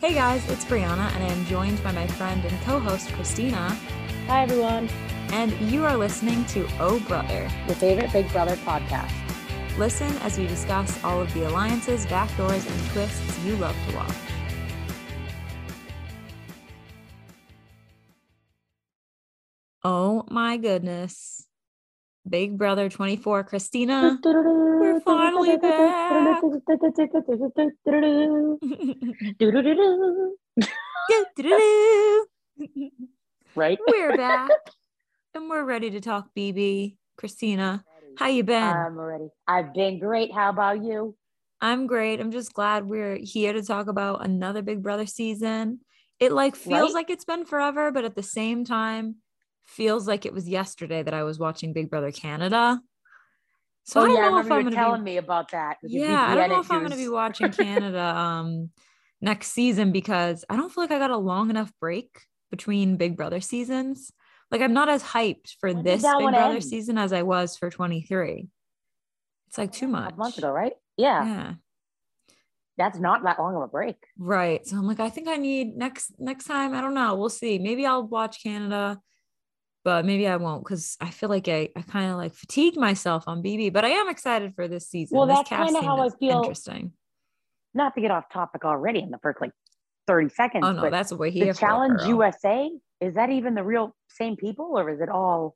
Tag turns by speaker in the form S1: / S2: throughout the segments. S1: Hey guys, it's Brianna, and I am joined by my friend and co host Christina,
S2: Hi, everyone.
S1: and you are listening to Oh Brother.
S2: Your favorite Big Brother podcast.
S1: Listen as we discuss all of the alliances, backdoors, and twists you love to watch. Oh my goodness. Big Brother 24, Christina.
S2: We're
S1: finally back.
S2: Right?
S1: we're back and we're ready to talk, BB. Christina, how you been?
S2: I'm ready. I've been great. How about you?
S1: I'm great. I'm just glad we're here to talk about another Big Brother season. It like feels
S2: Right?
S1: like it's been forever, but at the same time, feels like it was yesterday that I was watching Big Brother Canada. So I
S2: oh,
S1: don't
S2: yeah, I
S1: know if
S2: remember
S1: I'm
S2: you were
S1: gonna
S2: telling
S1: be.
S2: me about that. with your
S1: Yeah, I don't
S2: VPN
S1: know if I'm gonna be
S2: issues.
S1: watching Canada um next season because I don't feel like I got a long enough break between Big Brother seasons. Like I'm not as hyped for
S2: When did
S1: this
S2: that
S1: Big
S2: one
S1: Brother
S2: end?
S1: season as I was for 23. It's like too much.
S2: A month ago, right? Yeah,
S1: Yeah.
S2: that's not that long of a break.
S1: Right. So I'm like, I think I need next next time. I don't know. We'll see. Maybe I'll watch Canada, but maybe I won't because I feel like I, I kind of like fatigued myself on BB. But I am excited for this season.
S2: Well,
S1: This
S2: that's
S1: cast
S2: kinda
S1: seemed
S2: how I feel
S1: Interesting.
S2: Not to get off topic already in the first like 30 seconds,
S1: Oh no,
S2: but
S1: that's what we're here
S2: the
S1: for,
S2: Challenge
S1: girl.
S2: USA is that even the real same people or is it all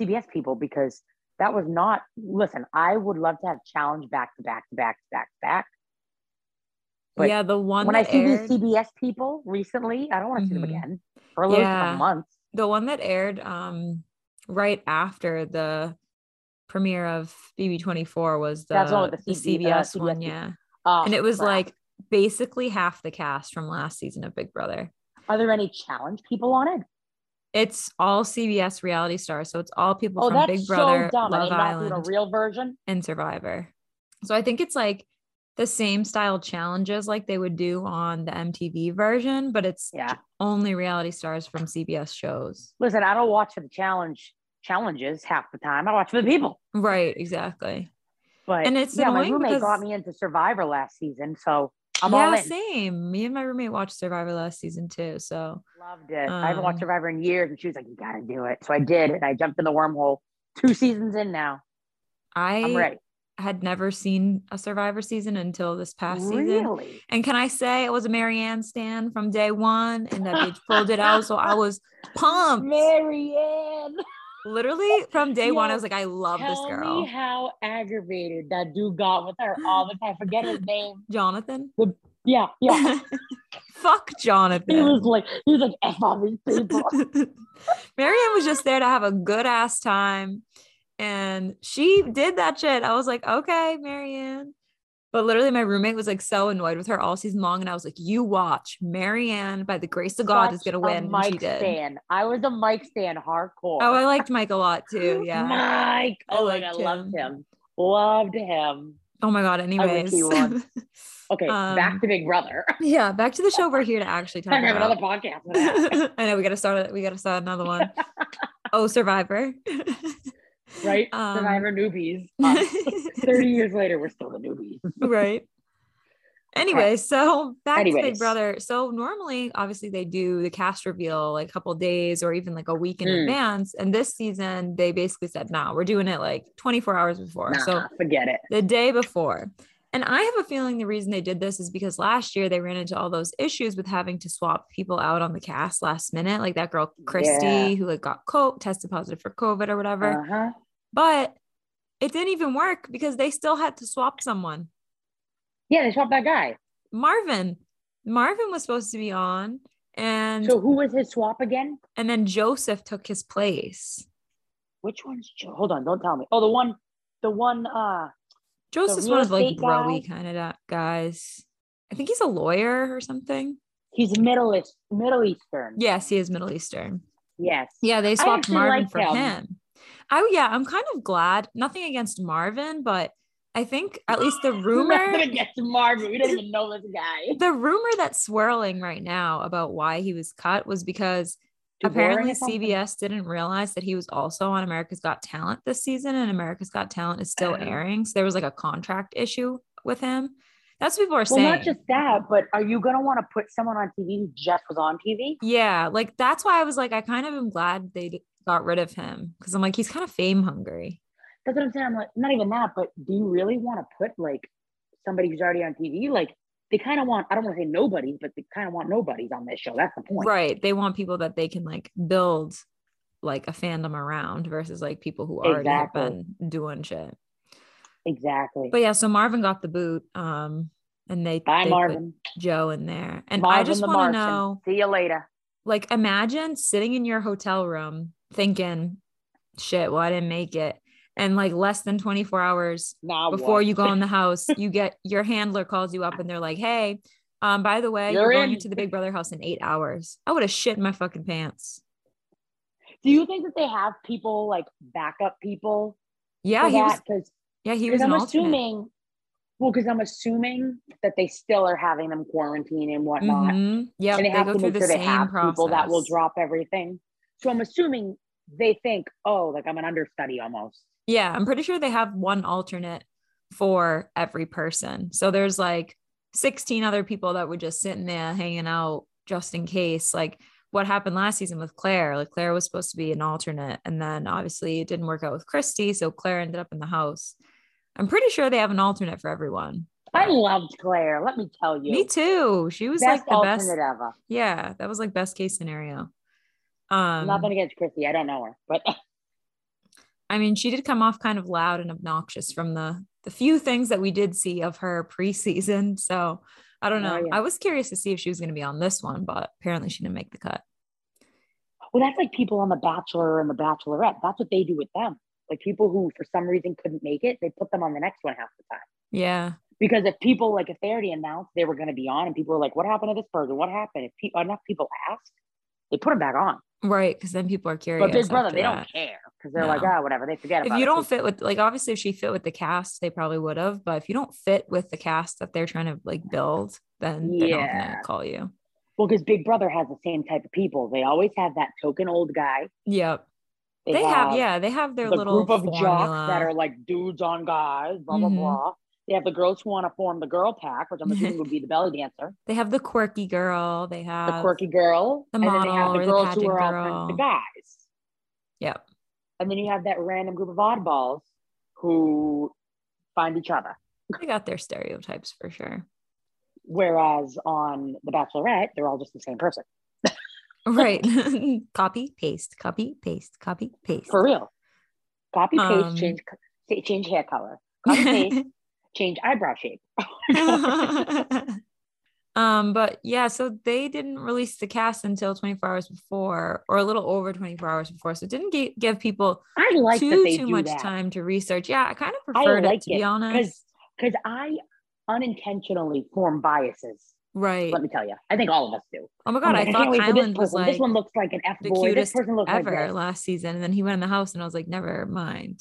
S2: CBS people? Because that was not. Listen, I would love to have Challenge back to back to back to back to back. but
S1: yeah, the one
S2: when I
S1: that
S2: see
S1: aired,
S2: these CBS people recently, I don't want to see them
S1: Mhm.
S2: again for at least
S1: Yeah.
S2: a month.
S1: the one that aired um right after the premiere of BB24 was the,
S2: That's the one with
S1: the
S2: the CB uh,
S1: CBS one,
S2: CBS.
S1: yeah.
S2: Oh,
S1: And it was
S2: crap.
S1: like basically half the cast from last season of Big Brother.
S2: are there any Challenge people on it?
S1: It's all CBS reality stars, so it's all people
S2: Oh,
S1: from
S2: that's
S1: Big Brother,
S2: so dumb. Are
S1: Love
S2: they not doing a
S1: Island,
S2: real version?
S1: and Survivor. So I think it's like the same style challenges like they would do on the MTV version, but it's
S2: Yeah.
S1: only reality stars from CBS shows.
S2: Listen, I don't watch for the challenge challenges half the time. I watch for the people.
S1: Right, exactly.
S2: But
S1: And it's
S2: yeah, my
S1: annoying
S2: roommate got
S1: because-
S2: me into Survivor last season, so I'm
S1: yeah,
S2: all in.
S1: same. Me and my roommate watched Survivor last season too. So
S2: Loved it. I haven't watched
S1: Um,
S2: Survivor in years, and she was like, "You gotta do it." So I did, and I jumped in the wormhole. Two seasons in now, I'm
S1: I
S2: ready.
S1: had never seen a Survivor season until this past season.
S2: Really?
S1: And can I say it was a Marianne stand from day one and that bitch pulled it out. So I was pumped.
S2: Marianne.
S1: Literally from day one, I
S2: Yo,
S1: was like, I love this
S2: Tell
S1: girl.
S2: me how aggravated that dude got with her all the time. Forget his name.
S1: Jonathan.
S2: Yeah, yeah.
S1: Fuck
S2: He
S1: Jonathan.
S2: was like, he was like, F all these people.
S1: Marianne was just there to have a good ass time. And she did that shit. I was like, okay, Marianne. But literally, my roommate was like so annoyed with her all season long. And I was like, you watch. Marianne, by the grace of God, is going
S2: Such
S1: to
S2: a
S1: win. And she
S2: Mike
S1: did.
S2: Stan. I was a Mike Stan hardcore.
S1: Oh, I liked Mike a lot too. Yeah.
S2: Mike.
S1: I
S2: Oh, like I
S1: liked
S2: loved
S1: him.
S2: him. Loved him.
S1: Oh my god. Anyways,
S2: he won. Okay,
S1: Um,
S2: back to Big Brother.
S1: yeah. Back to the show. We're here to actually talk
S2: Time to have another
S1: about.
S2: podcast. for that.
S1: I know we gotta start. it- We gotta start another one. oh, Survivor.
S2: right?
S1: Um,
S2: Survivor newbies. Us. Thirty years later, we're still the newbies.
S1: right. Anyway, so back to Big
S2: Anyways.
S1: Brother. So normally, obviously, they do the cast reveal like a couple days or even like a week in
S2: Mm.
S1: advance. And this season, they basically said, "No, we're doing it like 24 hours before."
S2: Nah,
S1: So
S2: forget it.
S1: the day before. And I have a feeling the reason they did this is because last year they ran into all those issues with having to swap people out on the cast last minute, like that girl Christy
S2: Yeah.
S1: who like got co- tested positive for COVID or whatever.
S2: Uh huh.
S1: but it didn't even work because they still had to swap someone.
S2: Yeah, they swapped that guy.
S1: Marvin, Marvin was supposed to be on, and
S2: So who was his swap again?
S1: and then Joseph took his place.
S2: Which one's Joe? Hold on, don't tell me. Oh, the one, the one. Uh,
S1: Joseph's
S2: real
S1: one of like
S2: estate guy?
S1: broy kind of guys. I think he's a lawyer or something.
S2: he's Middle East, Middle Eastern.
S1: Yes, he is Middle Eastern.
S2: Yes.
S1: Yeah, they swapped
S2: actually
S1: Marvin
S2: liked
S1: for him.
S2: him.
S1: I yeah, I'm kind of glad. Nothing against Marvin, but I think at least the rumor
S2: Nothing against Marvin. We don't even know this guy.
S1: the rumor that's swirling right now about why he was cut was because
S2: Too boring
S1: apparently
S2: or something?
S1: CBS didn't realize that he was also on America's Got Talent this season and America's Got Talent is still
S2: Oh.
S1: airing. So there was like a contract issue with him. That's what people are
S2: Well,
S1: saying.
S2: not just that, but are you going to want to put someone on TV who just was on TV?
S1: yeah, like that's why I was like, I kind of am glad they d- got rid of him because I'm like, he's kind of fame hungry.
S2: That's what I'm saying. I'm like, not even that, but do you really want to put like somebody who's already on TV? Like, they kind of want, I don't want to say nobody, but they kind of want nobodies on this show. That's the point.
S1: Right. They want people that they can like build like a fandom around versus like people who already have
S2: Exactly.
S1: been doing shit.
S2: Exactly.
S1: But yeah, so Marvin got the boot. Um, and they,
S2: Bye,
S1: they put
S2: Marvin.
S1: Joe in there. And
S2: Marvin
S1: I just
S2: the
S1: want
S2: Martian.
S1: to know
S2: See you later.
S1: like imagine sitting in your hotel room thinking, shit, well, I didn't make it. And like less than 24 hours
S2: Now what?
S1: before you go in the house, you get your handler calls you up and they're like, hey, um, by the way, you're,
S2: You're
S1: going
S2: in.
S1: into the Big Brother house in eight hours. I would have shit in my fucking pants.
S2: Do you think that they have people like backup people?
S1: Yeah,
S2: for
S1: he was.
S2: that? Because
S1: Yeah, he was an
S2: I'm
S1: alternate.
S2: assuming. Well, because I'm assuming that they still are having them quarantine and whatnot.
S1: Mhm. Yeah,
S2: and they,
S1: they,
S2: have
S1: go
S2: to
S1: through
S2: make
S1: the
S2: sure they
S1: same
S2: have
S1: process.
S2: people that will drop everything. So I'm assuming they think, oh, like I'm an understudy almost.
S1: Yeah, I'm pretty sure they have one alternate for every person. So there's like 16 other people that were just sitting there hanging out just in case. Like what happened last season with Claire, like Claire was supposed to be an alternate. And then obviously it didn't work out with Christy. So Claire ended up in the house. I'm pretty sure they have an alternate for everyone.
S2: I loved Claire. Let me tell you,
S1: Me too. She was
S2: best
S1: like the
S2: alternate
S1: best.
S2: ever.
S1: Yeah, that was like best case scenario. Um,
S2: Nothing against Chrissy. I don't know her, but
S1: I mean, she did come off kind of loud and obnoxious from the the few things that we did see of her preseason. So I don't
S2: Oh,
S1: know.
S2: yeah.
S1: I was curious to see if she was going to be on this one, but apparently she didn't make the cut.
S2: well, that's like people on The Bachelor and The Bachelorette. That's what they do with them. Like people who for some reason couldn't make it, they put them on the next one half the time.
S1: Yeah,
S2: Because if people like if they already announced they were going to be on, and people were like, "What happened to this person? What happened?" If pe- enough people asked, they put them back on.
S1: right. Because then people are curious.
S2: But Big Brother,
S1: after
S2: they
S1: that.
S2: don't care because they're like,
S1: No.
S2: ah, whatever. They forget about
S1: If you
S2: it.
S1: don't fit with, like, obviously, if she fit with the cast, they probably would have. But if you don't fit with the cast that they're trying to like build, then they're not going
S2: Yeah.
S1: to call you.
S2: Well, because Big Brother has the same type of people. They always have that token old guy.
S1: Yep. They, have, yeah, they have their
S2: the
S1: little
S2: group of
S1: formula.
S2: jocks that are like dudes on guys, blah
S1: Mhm.
S2: blah blah. They have the girls who want to form the girl pack, which I'm assuming would be the belly dancer,
S1: they have the quirky girl. They have
S2: the quirky girl,
S1: the
S2: and then they
S1: model
S2: have the
S1: or the
S2: girls who
S1: pageant
S2: are all friends
S1: girl.
S2: with the guys,
S1: Yep.
S2: and then you have that random group of oddballs who find each other.
S1: they got their stereotypes for sure.
S2: Whereas on The Bachelorette, they're all just the same person
S1: Right. copy, paste, copy, paste, copy, paste.
S2: for real. Copy paste,
S1: Um,
S2: change co- say- change hair color, copy paste, change eyebrow shape.
S1: um, but yeah, so they didn't release the cast until 24 hours before, or a little over 24 hours before. So it didn't gi- give people
S2: I like that
S1: too
S2: they
S1: too
S2: do
S1: much
S2: that.
S1: time to research. Yeah, I kind of
S2: I
S1: preferred
S2: like
S1: it to be
S2: it,
S1: honest.
S2: because because I unintentionally form biases.
S1: Right.
S2: Let me tell you, I think all of us do.
S1: Oh my
S2: I'm
S1: god,
S2: like,
S1: I
S2: can't
S1: thought
S2: wait for
S1: Kylan
S2: this
S1: was
S2: person.
S1: like
S2: This one looks like an F
S1: the
S2: boy. This
S1: cutest
S2: person looks like
S1: ever
S2: this.
S1: last season, and then he went in the house, and I was like, never mind.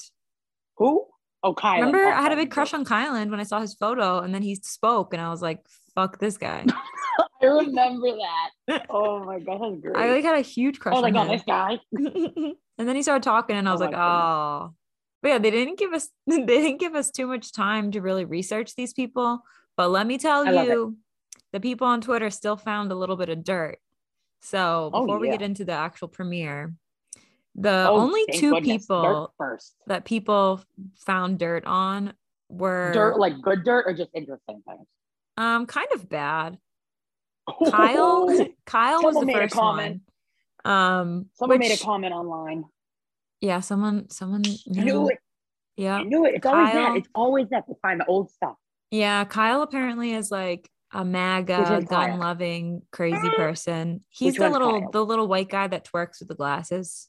S2: Who? Oh, Kylan.
S1: Remember,
S2: that's
S1: I had a
S2: what
S1: big
S2: it
S1: crush on Kylan when I saw his photo, and then he spoke, and I was like, "Fuck this guy."
S2: was. I remember that. Oh my god, that's great.
S1: I like had a huge crush
S2: oh my
S1: on
S2: god,
S1: him.
S2: this guy.
S1: and then he started talking, and I
S2: Oh
S1: was
S2: my
S1: like,
S2: goodness.
S1: "Oh." But yeah, they didn't give us they didn't give us too much time to really research these people. But let me tell
S2: I love it.
S1: you, the people on Twitter still found a little bit of dirt. So
S2: Oh,
S1: before we
S2: yeah.
S1: get into the actual premiere, the
S2: oh,
S1: only
S2: thank
S1: two
S2: goodness.
S1: people
S2: Dirt first.
S1: that people found dirt on were
S2: Dirt, like good dirt, or just interesting things.
S1: um kind of bad. Kyle Kyle was
S2: Oh,
S1: the
S2: Someone made a
S1: first
S2: comment.
S1: one. Um
S2: Someone
S1: which-
S2: made a comment online.
S1: Yeah, someone someone
S2: I
S1: yeah,
S2: knew it. I
S1: yeah.
S2: knew it. It's always
S1: Kyle.
S2: that. It's always that. They find the old stuff.
S1: Yeah, Kyle apparently is like a
S2: Which
S1: MAGA
S2: one's Kyle?
S1: gun loving crazy person. He's
S2: Which
S1: the
S2: one's
S1: little
S2: Kyle?
S1: the little white guy that twerks with the glasses.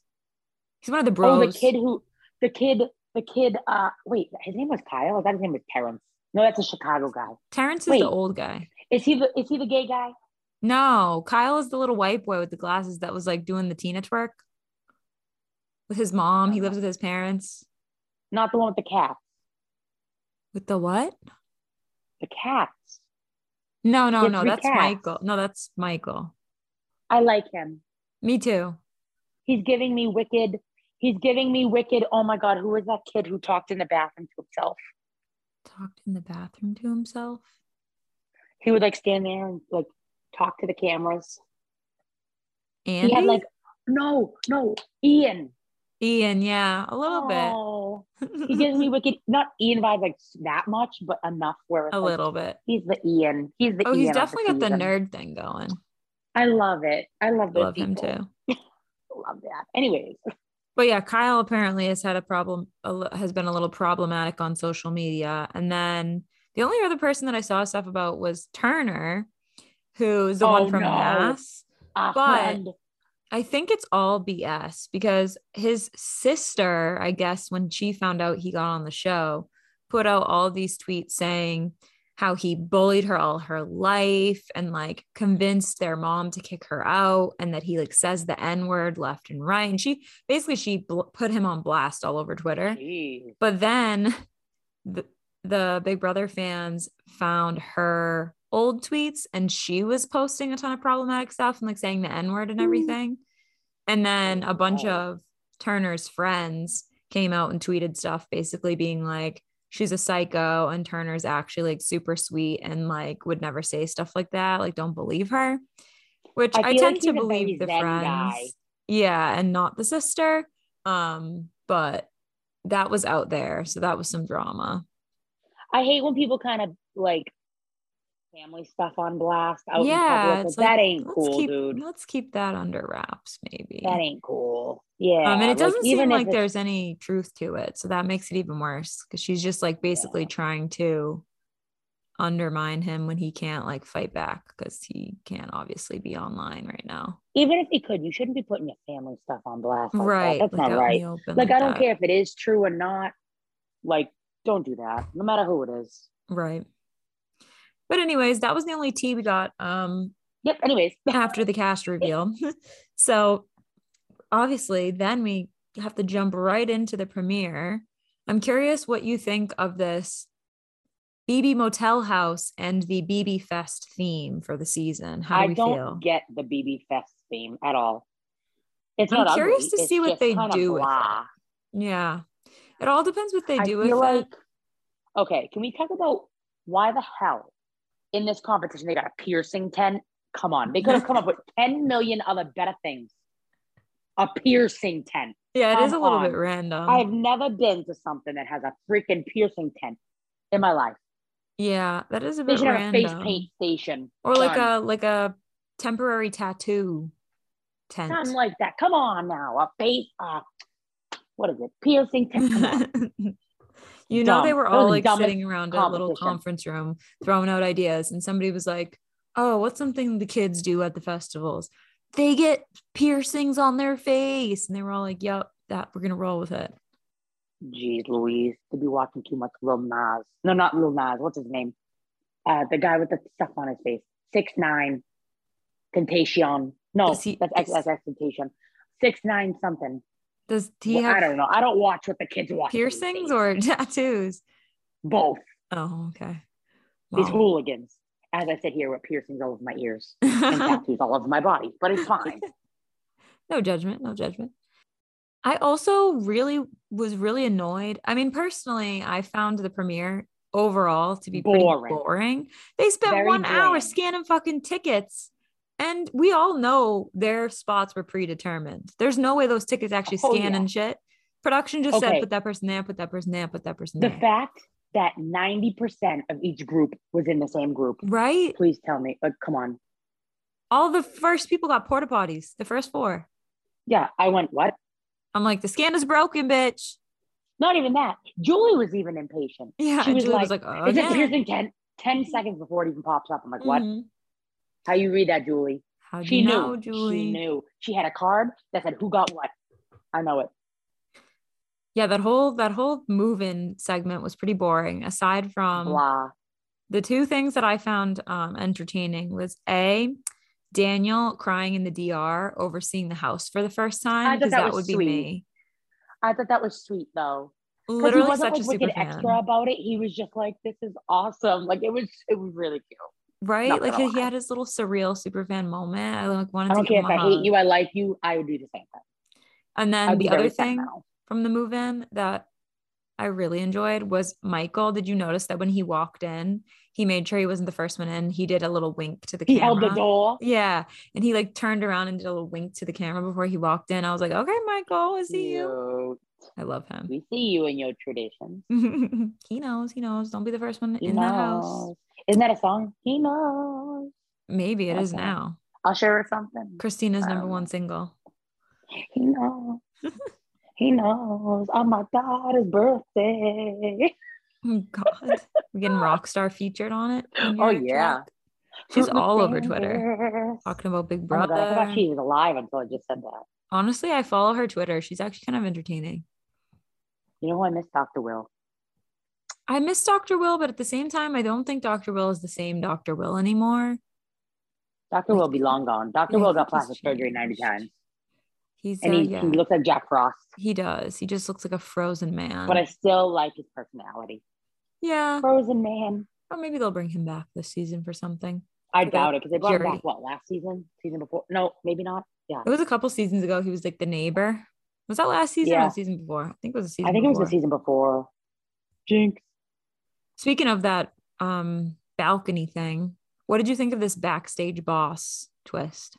S1: He's one of the bros.
S2: Oh, the kid who, the kid, the kid. Uh, wait, his name was Kyle. I thought his name was Terrence. No, that's a Chicago guy.
S1: Terrence is
S2: wait.
S1: the old guy.
S2: Is he the is he the gay guy?
S1: No, Kyle is the little white boy with the glasses that was like doing the Tina twerk with his mom.
S2: Uh-huh.
S1: He lives with his parents.
S2: Not the one with the cat.
S1: With the what?
S2: The cats.
S1: No, no,
S2: With
S1: no.
S2: three
S1: That's
S2: cats.
S1: Michael. No, that's Michael.
S2: I like him.
S1: Me too.
S2: He's giving me wicked. He's giving me wicked. Oh my god, who is that kid who talked in the bathroom to himself?
S1: Talked in the bathroom to himself.
S2: He would like stand there and like talk to the cameras.
S1: Andy?
S2: He had like no, no, Ian.
S1: Ian, yeah, a little
S2: oh,
S1: bit.
S2: he gives me wicked not Ian vibes like that much, but enough where it's
S1: a
S2: like,
S1: little bit.
S2: He's the Ian. He's the
S1: Oh,
S2: Ian
S1: he's
S2: of the
S1: definitely got the
S2: season.
S1: nerd thing going.
S2: I love it. I love those
S1: Love him
S2: people.
S1: too.
S2: Love that. Anyways,
S1: But yeah, Kyle apparently has had a problem, a li- has been a little problematic on social media. And then the only other person that I saw stuff about was Turner, who's the one
S2: Oh,
S1: from
S2: no.
S1: Mass.
S2: a
S1: But-
S2: friend.
S1: I think it's all BS because his sister, I guess, when she found out he got on the show, put out all these tweets saying how he bullied her all her life and like convinced their mom to kick her out and that he like says the N word left and right. And she basically she bl- put him on blast all over Twitter.
S2: Jeez.
S1: But then the, the Big Brother fans found her old tweets and she was posting a ton of problematic stuff and like saying the N word and everything. And then a bunch
S2: Wow.
S1: of Turner's friends came out and tweeted stuff basically being like, she's a psycho and Turner's actually like super sweet and like would never say stuff like that. Like, don't believe her, which
S2: I
S1: I,
S2: feel like
S1: tend
S2: he's
S1: to
S2: a very
S1: believe the
S2: Zen
S1: friends
S2: guy.
S1: yeah and not the sister um but that was out there so that was some drama
S2: I hate when people kind of like family stuff on blast out
S1: yeah
S2: in public.
S1: it's
S2: Like, that
S1: like,
S2: ain't
S1: let's
S2: cool,
S1: keep,
S2: dude.
S1: let's keep that under wraps maybe
S2: That ain't cool. Yeah.
S1: um and it doesn't seem
S2: even if
S1: like
S2: it's-
S1: there's any truth to it so that makes it even worse because she's just like basically trying to undermine him when he can't like fight back because he can't obviously be online right now
S2: even if he could, you shouldn't be putting your family stuff on blast. Like
S1: right
S2: Oh, That.
S1: like, out
S2: That's not
S1: in
S2: right.
S1: the open
S2: Like, I don't
S1: that.
S2: care if it is true or not. Like, don't do that, no matter who it is.
S1: right but anyways that was the only tea we got um
S2: Yep. Anyways,
S1: after the cast reveal. so obviously, then we have to jump right into the premiere. I'm curious what you think of this BB Motel House and the BB Fest theme for the season. How do
S2: I
S1: we
S2: don't
S1: feel?
S2: get the BB Fest theme at all. It's
S1: I'm
S2: not
S1: curious
S2: ugly.
S1: to
S2: It's
S1: see what
S2: just
S1: they
S2: kinda
S1: do with it.
S2: blah.
S1: yeah. It all depends what they
S2: I
S1: do with
S2: feel
S1: it.
S2: like okay, can we talk about why the hell in this competition they got a piercing tent? Come on, they could have come up with 10 million other better things. A piercing tent.
S1: Yeah, it is a
S2: come
S1: little
S2: on.
S1: bit random.
S2: I've never been to something that has a freaking piercing tent in my life.
S1: yeah, that is a
S2: They
S1: bit
S2: should have a
S1: random.
S2: face paint station.
S1: or like
S2: done.
S1: a like a temporary tattoo tent.
S2: something like that. Come on now. A face uh what is it? Piercing tent. Come on.
S1: you know they
S2: Dumb.
S1: were
S2: That was
S1: all
S2: the
S1: like
S2: dumbest
S1: sitting around a little
S2: competition.
S1: conference room throwing out ideas and somebody was like oh what's something the kids do at the festivals they get piercings on their face and they were all like yep that we're gonna roll with it
S2: Jeez Louise, to be watching too much Lil Nas. No, not Lil Nas. What's his name? Uh, the guy with the stuff on his face. Six nine, Temptation. No,
S1: Does he-
S2: that's X
S1: does-
S2: that's X Temptation. Six nine something.
S1: does he
S2: Well, I
S1: have
S2: don't know. I don't watch what the kids watch. these
S1: piercings
S2: days.
S1: or tattoos
S2: both?
S1: oh okay
S2: These
S1: Wow.
S2: hooligans. As I sit here with piercings all over my ears
S1: Uh-huh.
S2: and tattoos all over my body, but it's fine.
S1: no judgment no judgment i also really was really annoyed i mean personally i found the premiere overall to be
S2: Boring.
S1: pretty boring they spent
S2: Very
S1: one hour
S2: bland.
S1: scanning fucking tickets and we all know their spots were predetermined there's no way those tickets actually
S2: Oh,
S1: scan
S2: yeah.
S1: and shit production just said
S2: Okay.
S1: put that person there put that person there put that person
S2: The
S1: there
S2: fact that ninety percent of each group was in the same group.
S1: right
S2: Please tell me. Like, come on.
S1: all the first people got porta potties the first four
S2: Yeah, I went. What?
S1: i'm like the scan is broken bitch
S2: Not even that. Julie was even impatient.
S1: yeah
S2: She
S1: and
S2: was
S1: julie was
S2: like,
S1: like oh
S2: It's just piercing 10, 10 seconds before it even pops up. I'm like,
S1: Mm-hmm.
S2: what? How you read that, Julie?
S1: Mm. how do
S2: She
S1: you
S2: knew.
S1: know julie
S2: She knew. She had a card that said who got what. I know it.
S1: Yeah, that whole that whole move-in segment was pretty boring. Aside from
S2: Blah.
S1: the two things that I found um, entertaining was a Daniel crying in the DR overseeing the house for the first
S2: I
S1: time
S2: thought
S1: because
S2: that
S1: that,
S2: was
S1: would
S2: sweet.
S1: be me.
S2: I thought that was sweet though. 'Cause he
S1: Literally
S2: wasn't
S1: such
S2: like
S1: a super
S2: wicked
S1: fan,
S2: extra about it. He was just like, this is awesome. Like it was it was really cute.
S1: right?
S2: Not
S1: like
S2: gonna
S1: he, he
S2: lie.
S1: had his little surreal super fan moment. I like wanted
S2: I
S1: to
S2: don't
S1: give
S2: care
S1: him
S2: if
S1: a
S2: I
S1: hug.
S2: hate you, I like you, I would do the same thing.
S1: And
S2: I'd
S1: then
S2: be
S1: the
S2: very
S1: other thing
S2: sentimental.
S1: from the move-in that I really enjoyed was Michael. Did you notice that when he walked in, he made sure he wasn't the first one in. He did a little wink to the
S2: He
S1: camera.
S2: held the door.
S1: Yeah. And he like turned around and did a little wink to the camera before he walked in. I was like, okay, Michael, I see you.
S2: Cute.
S1: I love him.
S2: We see you in your traditions.
S1: he knows, he knows. Don't be the first one
S2: He
S1: in the house.
S2: knows. Isn't that a song? He knows.
S1: Maybe it is
S2: Okay.
S1: now.
S2: Usher or something.
S1: Christina's number
S2: Um,
S1: one single. Oh
S2: He knows. he knows. On my daughter's birthday.
S1: Oh, God. We're getting Rockstar featured on it. on
S2: Oh,
S1: your
S2: yeah.
S1: track. She's
S2: Fruit
S1: all over
S2: fingers.
S1: Twitter talking about Big
S2: Oh my God,
S1: Brother.
S2: I forgot she was alive until I just said that.
S1: Honestly, I follow her Twitter. She's actually kind of entertaining.
S2: You know who I miss? Dr. Will.
S1: I miss Dr. Will, but at the same time, I don't think Dr. Will is the same Dr. Will anymore.
S2: Dr. Will be long gone. Dr.
S1: I
S2: Will got
S1: think he's
S2: plastic surgery 90
S1: changed.
S2: times.
S1: He's
S2: And
S1: uh,
S2: he,
S1: yeah,
S2: he looks like Jack Frost.
S1: he does. He just looks like a frozen man.
S2: But I still like his personality.
S1: yeah,
S2: Frozen man.
S1: or maybe they'll bring him back this season for something.
S2: I
S1: Forgot
S2: doubt it because they brought him
S1: Jerry.
S2: back what last season? Season before? No, maybe not. Yeah.
S1: It was a couple seasons ago. He was like the neighbor. Was that last season or
S2: Yeah.
S1: the season before? I think it was a season.
S2: I think it was the
S1: before.
S2: season before. Jinx.
S1: Speaking of that um balcony thing, what did you think of this backstage boss twist?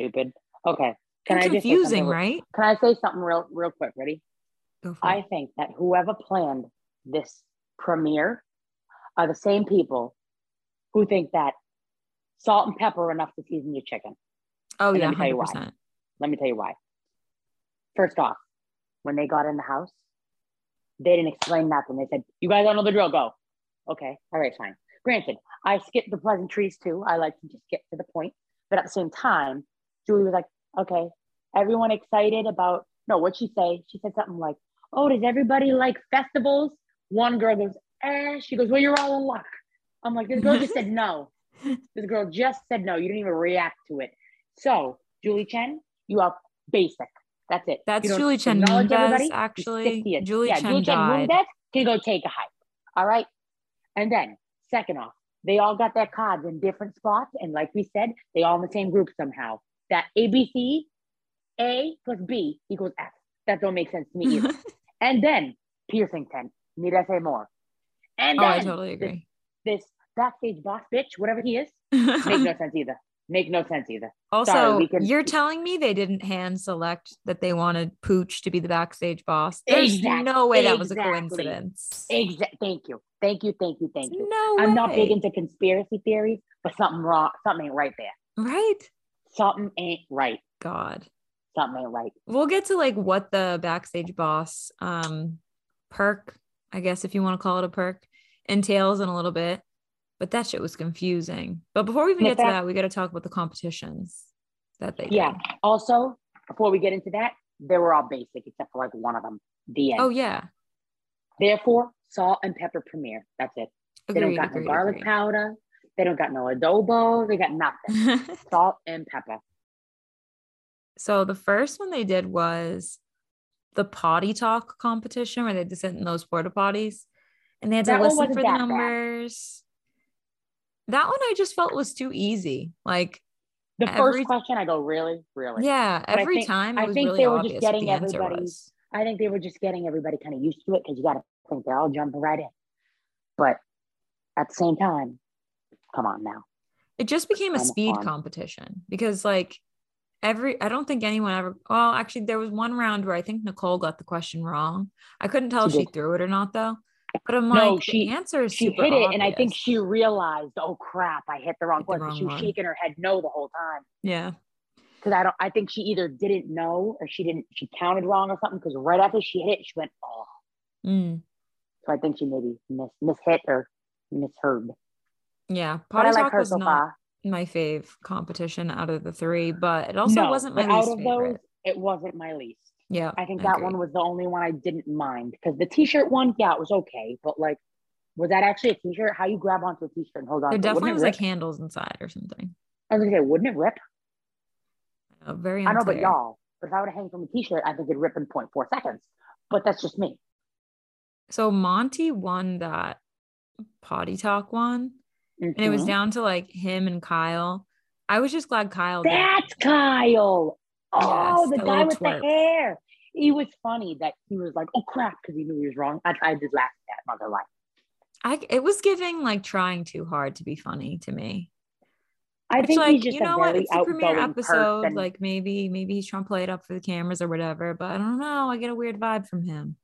S2: Stupid. Okay. Can I
S1: It's
S2: just say
S1: confusing,
S2: something real-
S1: right?
S2: Can I say something real real quick? Ready?
S1: Go for
S2: I
S1: it.
S2: think that whoever planned this premiere are the same people who think that salt and pepper are enough to season your chicken.
S1: Oh
S2: let
S1: yeah,
S2: me tell you
S1: hundred
S2: why.
S1: percent.
S2: Let me tell you why. First off, when they got in the house, they didn't explain nothing. They said, You guys don't know the drill, go. Okay, all right, fine. Granted, I skipped the pleasantries too. I like to just get to the point. But at the same time, Julie was like, Okay, everyone excited about, no, what'd she say? She said something like, Oh, does everybody like festivals? One girl goes, Eh, she goes, Well, you're all in luck. I'm like, This girl just said no. This girl just said no. You didn't even react to it. So, Julie Chen, you are basic. That's it.
S1: That's
S2: You don't
S1: Julie Chen
S2: acknowledge everybody.
S1: Moonves,
S2: You
S1: actually.
S2: stick to your-
S1: Julie
S2: yeah,
S1: Chen
S2: Julie Chen
S1: died.
S2: Moonves can go take a hike. All right. And then, second off, they all got their cards in different spots. And like we said, they all in the same group somehow. That ABC, A plus B equals F. That don't make sense to me either. and then, piercing tent. Need I say more? And
S1: oh,
S2: then,
S1: I totally agree.
S2: this backstage boss bitch, whatever he is, make no sense either. Make no sense either.
S1: also,
S2: we can-
S1: you're telling me they didn't hand select that they wanted Pooch to be the backstage boss. There's
S2: Exact-
S1: no way that was a
S2: exactly.
S1: coincidence.
S2: Exact. Thank you. Thank you. Thank you. Thank you.
S1: No
S2: I'm not big
S1: way.
S2: into conspiracy theories, but something wrong. Something ain't right there.
S1: right?
S2: Something ain't right.
S1: God.
S2: Something ain't right.
S1: We'll get to like what the backstage boss um perk, I guess if you want to call it a perk, entails in a little bit. But that shit was confusing. But before we even
S2: The
S1: get to
S2: fact-
S1: that, we got to talk about the competitions that they
S2: Yeah.
S1: did.
S2: Also, before we get into that, they were all basic except for like one of them. The end.
S1: Oh yeah.
S2: Therefore, salt and pepper premiere. That's it. They
S1: Agreed,
S2: don't got
S1: agreed,
S2: no garlic
S1: agreed.
S2: powder. They don't got no adobo. They got nothing. salt and pepper.
S1: so the first one they did was the potty talk competition where they had to sit in those porta potties and they had to
S2: That one
S1: listen
S2: wasn't
S1: for the
S2: that bad.
S1: numbers. That one I just felt was too easy. Like,
S2: The
S1: Every-
S2: first question, I go, really, really.
S1: yeah,
S2: But I
S1: every
S2: think-
S1: time
S2: I
S1: it was
S2: think
S1: really
S2: they were just
S1: obvious what
S2: getting
S1: the answer
S2: everybody-
S1: was.
S2: I think they were just getting everybody kind of used to it because you got to think they're all jumping right in. But at the same time, come on now.
S1: It just became a
S2: Come
S1: speed
S2: on.
S1: competition because, like, every I don't think anyone ever. Well, actually, there was one round where I think Nicole got the question wrong. I couldn't tell if
S2: She
S1: she
S2: did.
S1: threw it or not though. But I'm
S2: No,
S1: like,
S2: she-
S1: the answer is
S2: She hit
S1: super
S2: it, and I think
S1: obvious.
S2: she realized, oh crap, I hit the wrong
S1: Hit the
S2: one. But
S1: wrong
S2: she was
S1: one.
S2: shaking her head no the whole time
S1: yeah.
S2: because I don't. I think she either didn't know or she didn't. She counted wrong or something because right after she hit it, she went oh.
S1: Mm.
S2: So I think she maybe miss mishit or misheard.
S1: Yeah,
S2: But I
S1: potty
S2: like
S1: talk
S2: her
S1: was
S2: so
S1: not
S2: far.
S1: my fave competition out of the three, but it also
S2: No,
S1: wasn't
S2: but
S1: my least
S2: out of
S1: favorite.
S2: those, it wasn't my least.
S1: yeah,
S2: I think that one was the only one I didn't mind because the t-shirt one, yeah, it was okay, but like, was that actually a t-shirt? How you grab onto a t-shirt and hold
S1: There
S2: on? to it?
S1: definitely
S2: Wouldn't
S1: was
S2: it
S1: like
S2: rip?
S1: handles inside or something.
S2: I was gonna say, wouldn't it rip?
S1: Uh, very.
S2: I know, but
S1: unclear.
S2: y'all, if I would have hanged from a t-shirt, I think it'd rip in 0.4 seconds. But that's just me.
S1: So Monty won that potty talk one, and it was
S2: Mhm.
S1: down to like him and Kyle. I was just glad Kyle. did.
S2: That's Kyle. Oh,
S1: Yes,
S2: the
S1: that
S2: guy
S1: little
S2: with
S1: twerp.
S2: the hair. It was funny that he was like, "Oh crap," because he knew he was wrong. I, I did laugh at that. Not gonna lie.
S1: I it was giving like trying too hard to be funny to me.
S2: I
S1: It's
S2: think
S1: like,
S2: he's just
S1: you
S2: a
S1: know what?
S2: very
S1: It's the premiere
S2: outgoing
S1: episode.
S2: person.
S1: Like maybe, maybe he's trying to play it up for the cameras or whatever. But I don't know. I get a weird vibe from him.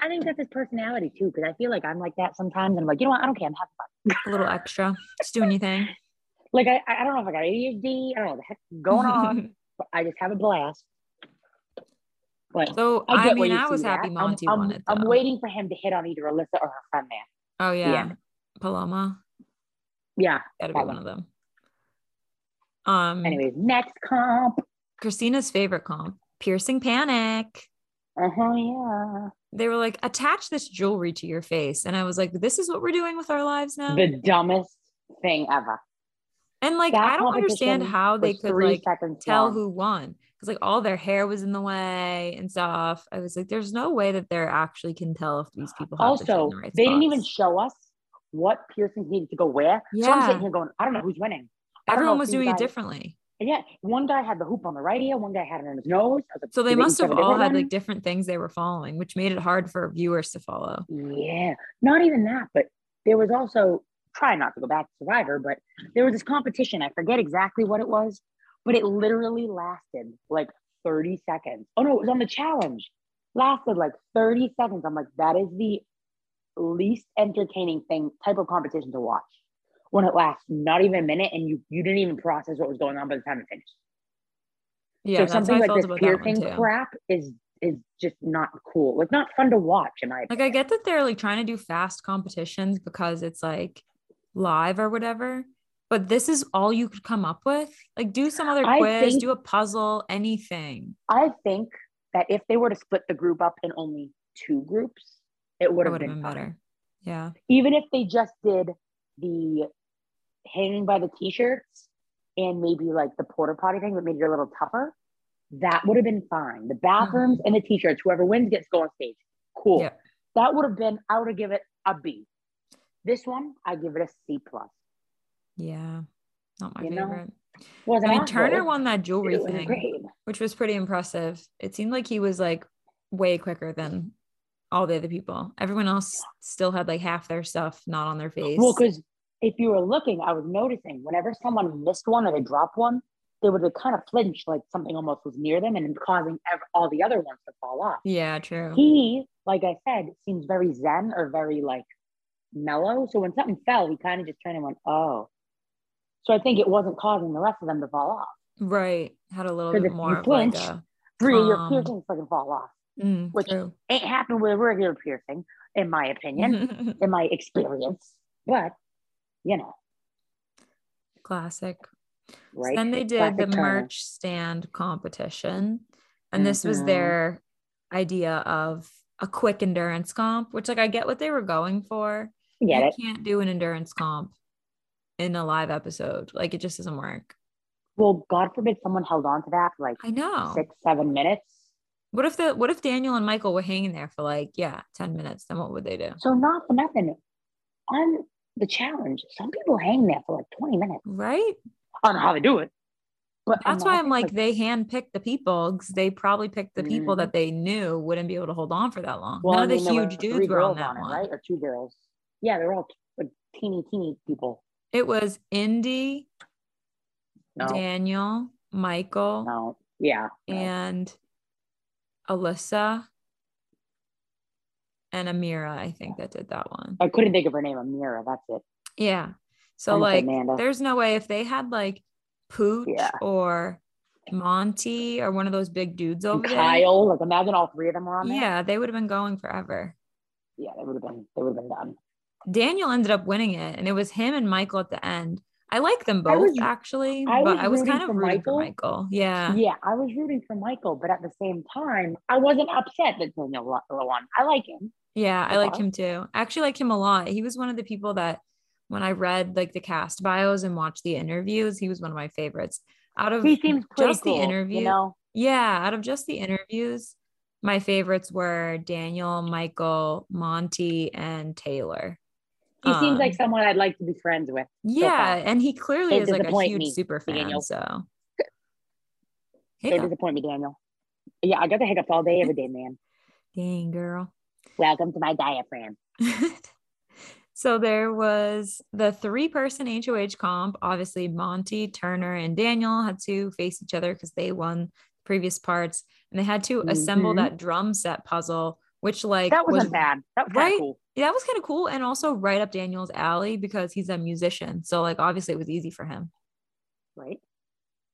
S2: I think that's his personality too, because I feel like I'm like that sometimes, and I'm like, you know what? I don't care. I'm having fun.
S1: A little extra, just doing your thing.
S2: Like I, I don't know if I got ADHD. I don't know what the heck going on, but I just have a blast. But
S1: so
S2: I
S1: I,
S2: get where
S1: mean,
S2: you
S1: I
S2: see
S1: was
S2: that.
S1: happy
S2: I'm-
S1: Monty
S2: I'm,
S1: won it.
S2: I'm
S1: though.
S2: waiting for him to hit on either Alyssa or her friend there.
S1: Oh yeah,
S2: Yeah.
S1: Paloma.
S2: Yeah.
S1: Gotta be
S2: That
S1: one
S2: one.
S1: of them. Um.
S2: Anyways, next comp.
S1: Christina's favorite comp, piercing panic.
S2: Uh huh. Yeah.
S1: They were like, attach this jewelry to your face. And I was like, this is what we're doing with our lives now.
S2: The dumbest thing ever.
S1: and like,
S2: that
S1: I don't understand
S2: competition
S1: how they
S2: was
S1: could
S2: three
S1: like
S2: seconds
S1: tell
S2: long.
S1: who won because like all their hair was in the way and stuff. I was like, there's no way that they're actually can tell if these people have their shit in
S2: Also,
S1: the right
S2: they didn't even
S1: spots.
S2: show us what piercings needed to go where. So I'm
S1: Yeah.
S2: sitting here going, I don't know who's winning. I don't know
S1: Everyone
S2: if
S1: was
S2: these
S1: doing it
S2: guys-
S1: differently.
S2: And yeah, one guy had the hoop on the right ear, one guy had it on his nose. I was like,
S1: So they
S2: "Do
S1: must
S2: each
S1: have
S2: a
S1: all had
S2: different
S1: like different things they were following, which made it hard for viewers to follow.
S2: one?" yeah, not even that, but there was also try not to go back to Survivor, but there was this competition. I forget exactly what it was, but it literally lasted like 30 seconds. Oh no, it was on the challenge. Lasted like 30 seconds. I'm like, that is the least entertaining thing type of competition to watch when it lasts not even a minute and you you didn't even process what was going on by the time it finished.
S1: Yeah,
S2: so
S1: that's
S2: something
S1: how I
S2: like
S1: felt
S2: this
S1: about that one
S2: piercing
S1: too.
S2: crap is is just not cool. Like not fun to watch, in my
S1: Like I get that they're like trying to do fast competitions because it's like live or whatever, but this is all you could come up with. Like do some other
S2: I
S1: quiz,
S2: think-
S1: do a puzzle, anything.
S2: I think that if they were to split the group up in only two groups, it
S1: That
S2: would have
S1: would
S2: been,
S1: have been
S2: fun.
S1: better. Yeah.
S2: Even if they just did the hanging by the t-shirts and maybe like the porter potty thing that made it a little tougher, that would have been fine. The
S1: Mm-hmm.
S2: bathrooms and the t-shirts, whoever wins gets to go on stage. Cool.
S1: Yep.
S2: That would have been, I would have given it a B. This one, I give it a C plus.
S1: Yeah. Not my
S2: You know?
S1: favorite.
S2: Was
S1: I mean, Turner won that jewelry
S2: It was
S1: thing,
S2: great.
S1: which was pretty impressive. It seemed like he was like way quicker than all the other people. Everyone else still had like half their stuff not on their face.
S2: Well, because if you were looking, I was noticing whenever someone missed one or they dropped one, they would kind of flinch, like something almost was near them, and causing ev- all the other ones to fall off.
S1: yeah, true.
S2: He, like I said, seems very zen or very like mellow. So when something fell, he kind of just turned and went, "Oh." So I think it wasn't causing the rest of them to fall off.
S1: right. Had a little
S2: 'Cause
S1: bit
S2: if you
S1: more of like
S2: flinch,
S1: a
S2: Three of your
S1: Um,
S2: piercings fucking fall off.
S1: mm,
S2: which-
S1: true.
S2: Ain't happened with a regular piercing, in my
S1: Mm-hmm.
S2: opinion, in my experience. But you know,
S1: Classic. So
S2: right?
S1: then they did
S2: Classic
S1: the
S2: Turner.
S1: merch stand competition. And this was
S2: Mhm.
S1: their idea of a quick endurance comp, which like I get what they were going for.
S2: You Get
S1: you
S2: it?
S1: can't do an endurance comp in a live episode. Like it just doesn't work.
S2: Well, God forbid someone held on to that for like
S1: I know.
S2: six, seven minutes.
S1: What if the what if Daniel and Michael were hanging there for like, yeah, 10 minutes, then what would they do?
S2: So not for nothing. On the challenge, some people hang there for like 20 minutes.
S1: Right?
S2: I don't know how they do it. But
S1: That's why I'm
S2: imagine, Mm.
S1: like they handpicked the people because they probably picked the people that they knew wouldn't be able to hold on for that long.
S2: well, I
S1: None of
S2: mean,
S1: the
S2: there were
S1: huge
S2: three
S1: dudes were on
S2: girls
S1: that
S2: it,
S1: one.
S2: right? Or two girls. Yeah, they're all t- like teeny, teeny people.
S1: It was Indy,
S2: No,
S1: Daniel, Michael,
S2: no. Yeah. no.
S1: and Alyssa and Amira, I think that did that one.
S2: I couldn't think of her name, Amira. That's it.
S1: Yeah. So
S2: Almost
S1: like
S2: Amanda.
S1: there's no way if they had like Pooch
S2: Yeah.
S1: or Monty or one of those big dudes
S2: And
S1: over there.
S2: Kyle, like imagine all three of them were on there.
S1: Yeah, they would have been going forever.
S2: Yeah, they would have been they would have been done.
S1: Daniel ended up winning it and it was him and Michael at the end. I like them
S2: I
S1: both
S2: was-
S1: actually,
S2: I
S1: but
S2: was
S1: I was
S2: rooting
S1: kind of
S2: for
S1: rooting for
S2: Michael.
S1: Michael. Yeah.
S2: Yeah, I was rooting for Michael, but at the same time, I wasn't upset that Daniel lo- won. I like him.
S1: Yeah, I like
S2: Okay.
S1: him too. I actually like him a lot. He was one of the people that when I read like the cast bios and watched the interviews, he was one of my favorites. Out of
S2: He seems pretty
S1: Mm, just the
S2: cool.
S1: interview-
S2: You know,
S1: yeah, out of just the interviews, my favorites were Daniel, Michael, Monty, and Taylor.
S2: he seems like
S1: Um,
S2: someone I'd like to be friends with.
S1: Yeah,
S2: far.
S1: and he clearly
S2: They
S1: is like a
S2: disappoint
S1: huge
S2: me,
S1: super fan.
S2: Daniel.
S1: So
S2: They
S1: Hiccup.
S2: disappoint me, Daniel. Yeah, I got the hiccups all day, every day, man.
S1: Dang, girl.
S2: Welcome to my diaphragm.
S1: so there was the three person HOH comp. Obviously, Monty, Turner, and Daniel had to face each other because they won previous parts and they had to assemble
S2: Mhm.
S1: that drum set puzzle, which, like,
S2: That wasn't bad. That was kinda
S1: right?
S2: cool.
S1: yeah, that was kind of cool. And also right up Daniel's alley because he's a musician. So, like, obviously, it was easy for him.
S2: Right?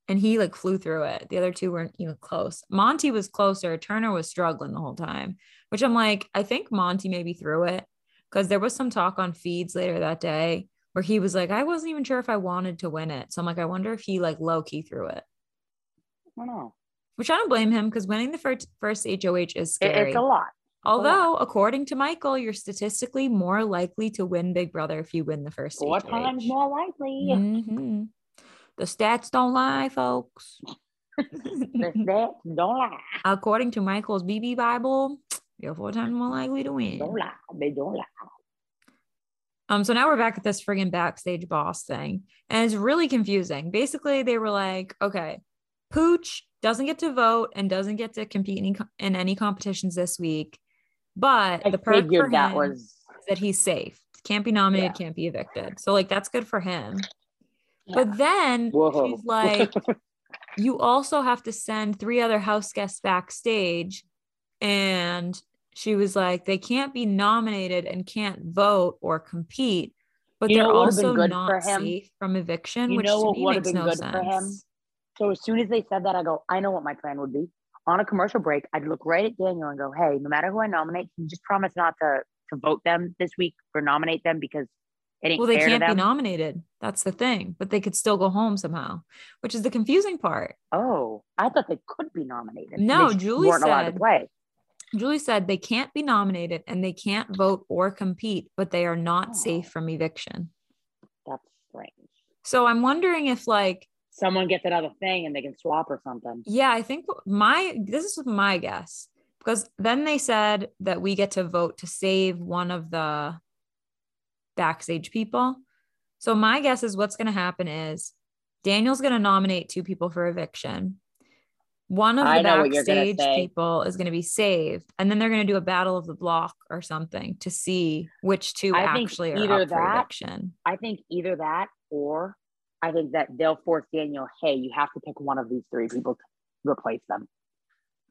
S1: And he like flew through it. The other two weren't even close. Monty was closer. Turner was struggling the whole time, which I'm like, I think Monty maybe threw it because there was some talk on feeds later that day where he was like, I wasn't even sure if I wanted to win it. So I'm like, I wonder if he like low key threw it,
S2: I don't know.
S1: which I don't blame him because winning the first, first HOH is
S2: It-
S1: scary.
S2: it's a lot.
S1: Although, according to Michael, you're statistically more likely to win Big Brother if you win the first
S2: Four
S1: HOH.
S2: times more likely.
S1: Mhm. The stats don't lie, folks.
S2: That's that. Don't lie.
S1: according to Michael's BB Bible, you're four times more likely to win.
S2: Don't lie. They don't lie.
S1: Um, so now we're back at this friggin' backstage boss thing, and it's really confusing. Basically, they were like, okay, Pooch doesn't get to vote and doesn't get to compete in any, co- in any competitions this week, but
S2: I
S1: the perk for
S2: figured that
S1: him
S2: was
S1: is that he's safe, can't be nominated, can't be evicted. So like that's good for him. But then
S2: Whoa.
S1: she's like, you also have to send three other house guests backstage. And she was like, they can't be nominated and can't vote or compete, but
S2: You know
S1: they're
S2: what would've been
S1: also
S2: good
S1: not
S2: for him?
S1: safe from eviction,
S2: You
S1: which
S2: know
S1: to
S2: what
S1: me
S2: would've
S1: makes
S2: been
S1: no
S2: good for him?
S1: sense.
S2: So as soon as they said that, I go, I know what my plan would be. On a commercial break, I'd look right at Daniel and go, Hey, no matter who I nominate, can you just promise not to to vote them this week or nominate them because it ain't
S1: Well, they
S2: fair
S1: can't
S2: to
S1: be
S2: them.
S1: nominated. That's the thing, but they could still go home somehow, which is the confusing part.
S2: oh, I thought they could be nominated.
S1: No,
S2: they just
S1: Julie
S2: weren't allowed to
S1: said-
S2: play.
S1: Julie said they can't be nominated and they can't vote or compete, but they are not safe
S2: Oh.
S1: from eviction.
S2: That's strange.
S1: So I'm wondering if like
S2: Someone gets another thing and they can swap or something.
S1: Yeah, I think my this is my guess because then they said that we get to vote to save one of the backstage people. So my guess is what's going to happen is Daniel's going to nominate two people for eviction. One of the
S2: I know what you're gonna
S1: backstage
S2: say.
S1: people is going to be saved, and then they're going to do a battle of the block or something to see which two
S2: I think
S1: actually are
S2: either
S1: up for
S2: that-
S1: eviction.
S2: I think either that or I think that they'll force Daniel, hey, you have to pick one of these three people to replace them.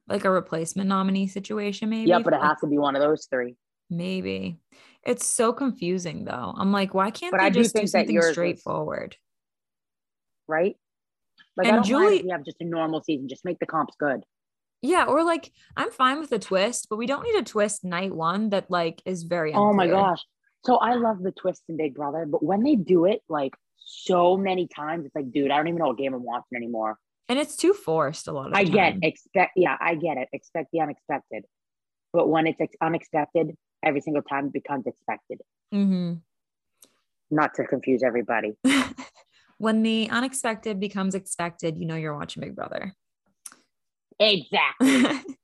S1: Like a replacement nominee situation, maybe.
S2: yeah, but it
S1: for-
S2: has to be one of those three.
S1: Maybe. It's so confusing though. I'm like, why can't
S2: But
S1: they
S2: I do
S1: just do
S2: think that
S1: something
S2: yours was-
S1: straightforward?
S2: right? Like
S1: And
S2: I don't mind
S1: Julie-
S2: if you have just a normal season. Just make the comps good.
S1: Yeah, or like I'm fine with the twist, but we don't need a twist night one that like is very
S2: Oh my
S1: unclear.
S2: gosh! So I love the twist in Big Brother, but when they do it like so many times, it's like, dude, I don't even know what game I'm watching anymore.
S1: And it's too forced a lot of the
S2: I get
S1: time.
S2: expect, yeah, I get it. Expect the unexpected, but when it's ex- unexpected, every single time it becomes expected.
S1: Mhm.
S2: Not to confuse everybody.
S1: when the unexpected becomes expected, you know you're watching Big Brother.
S2: Exactly.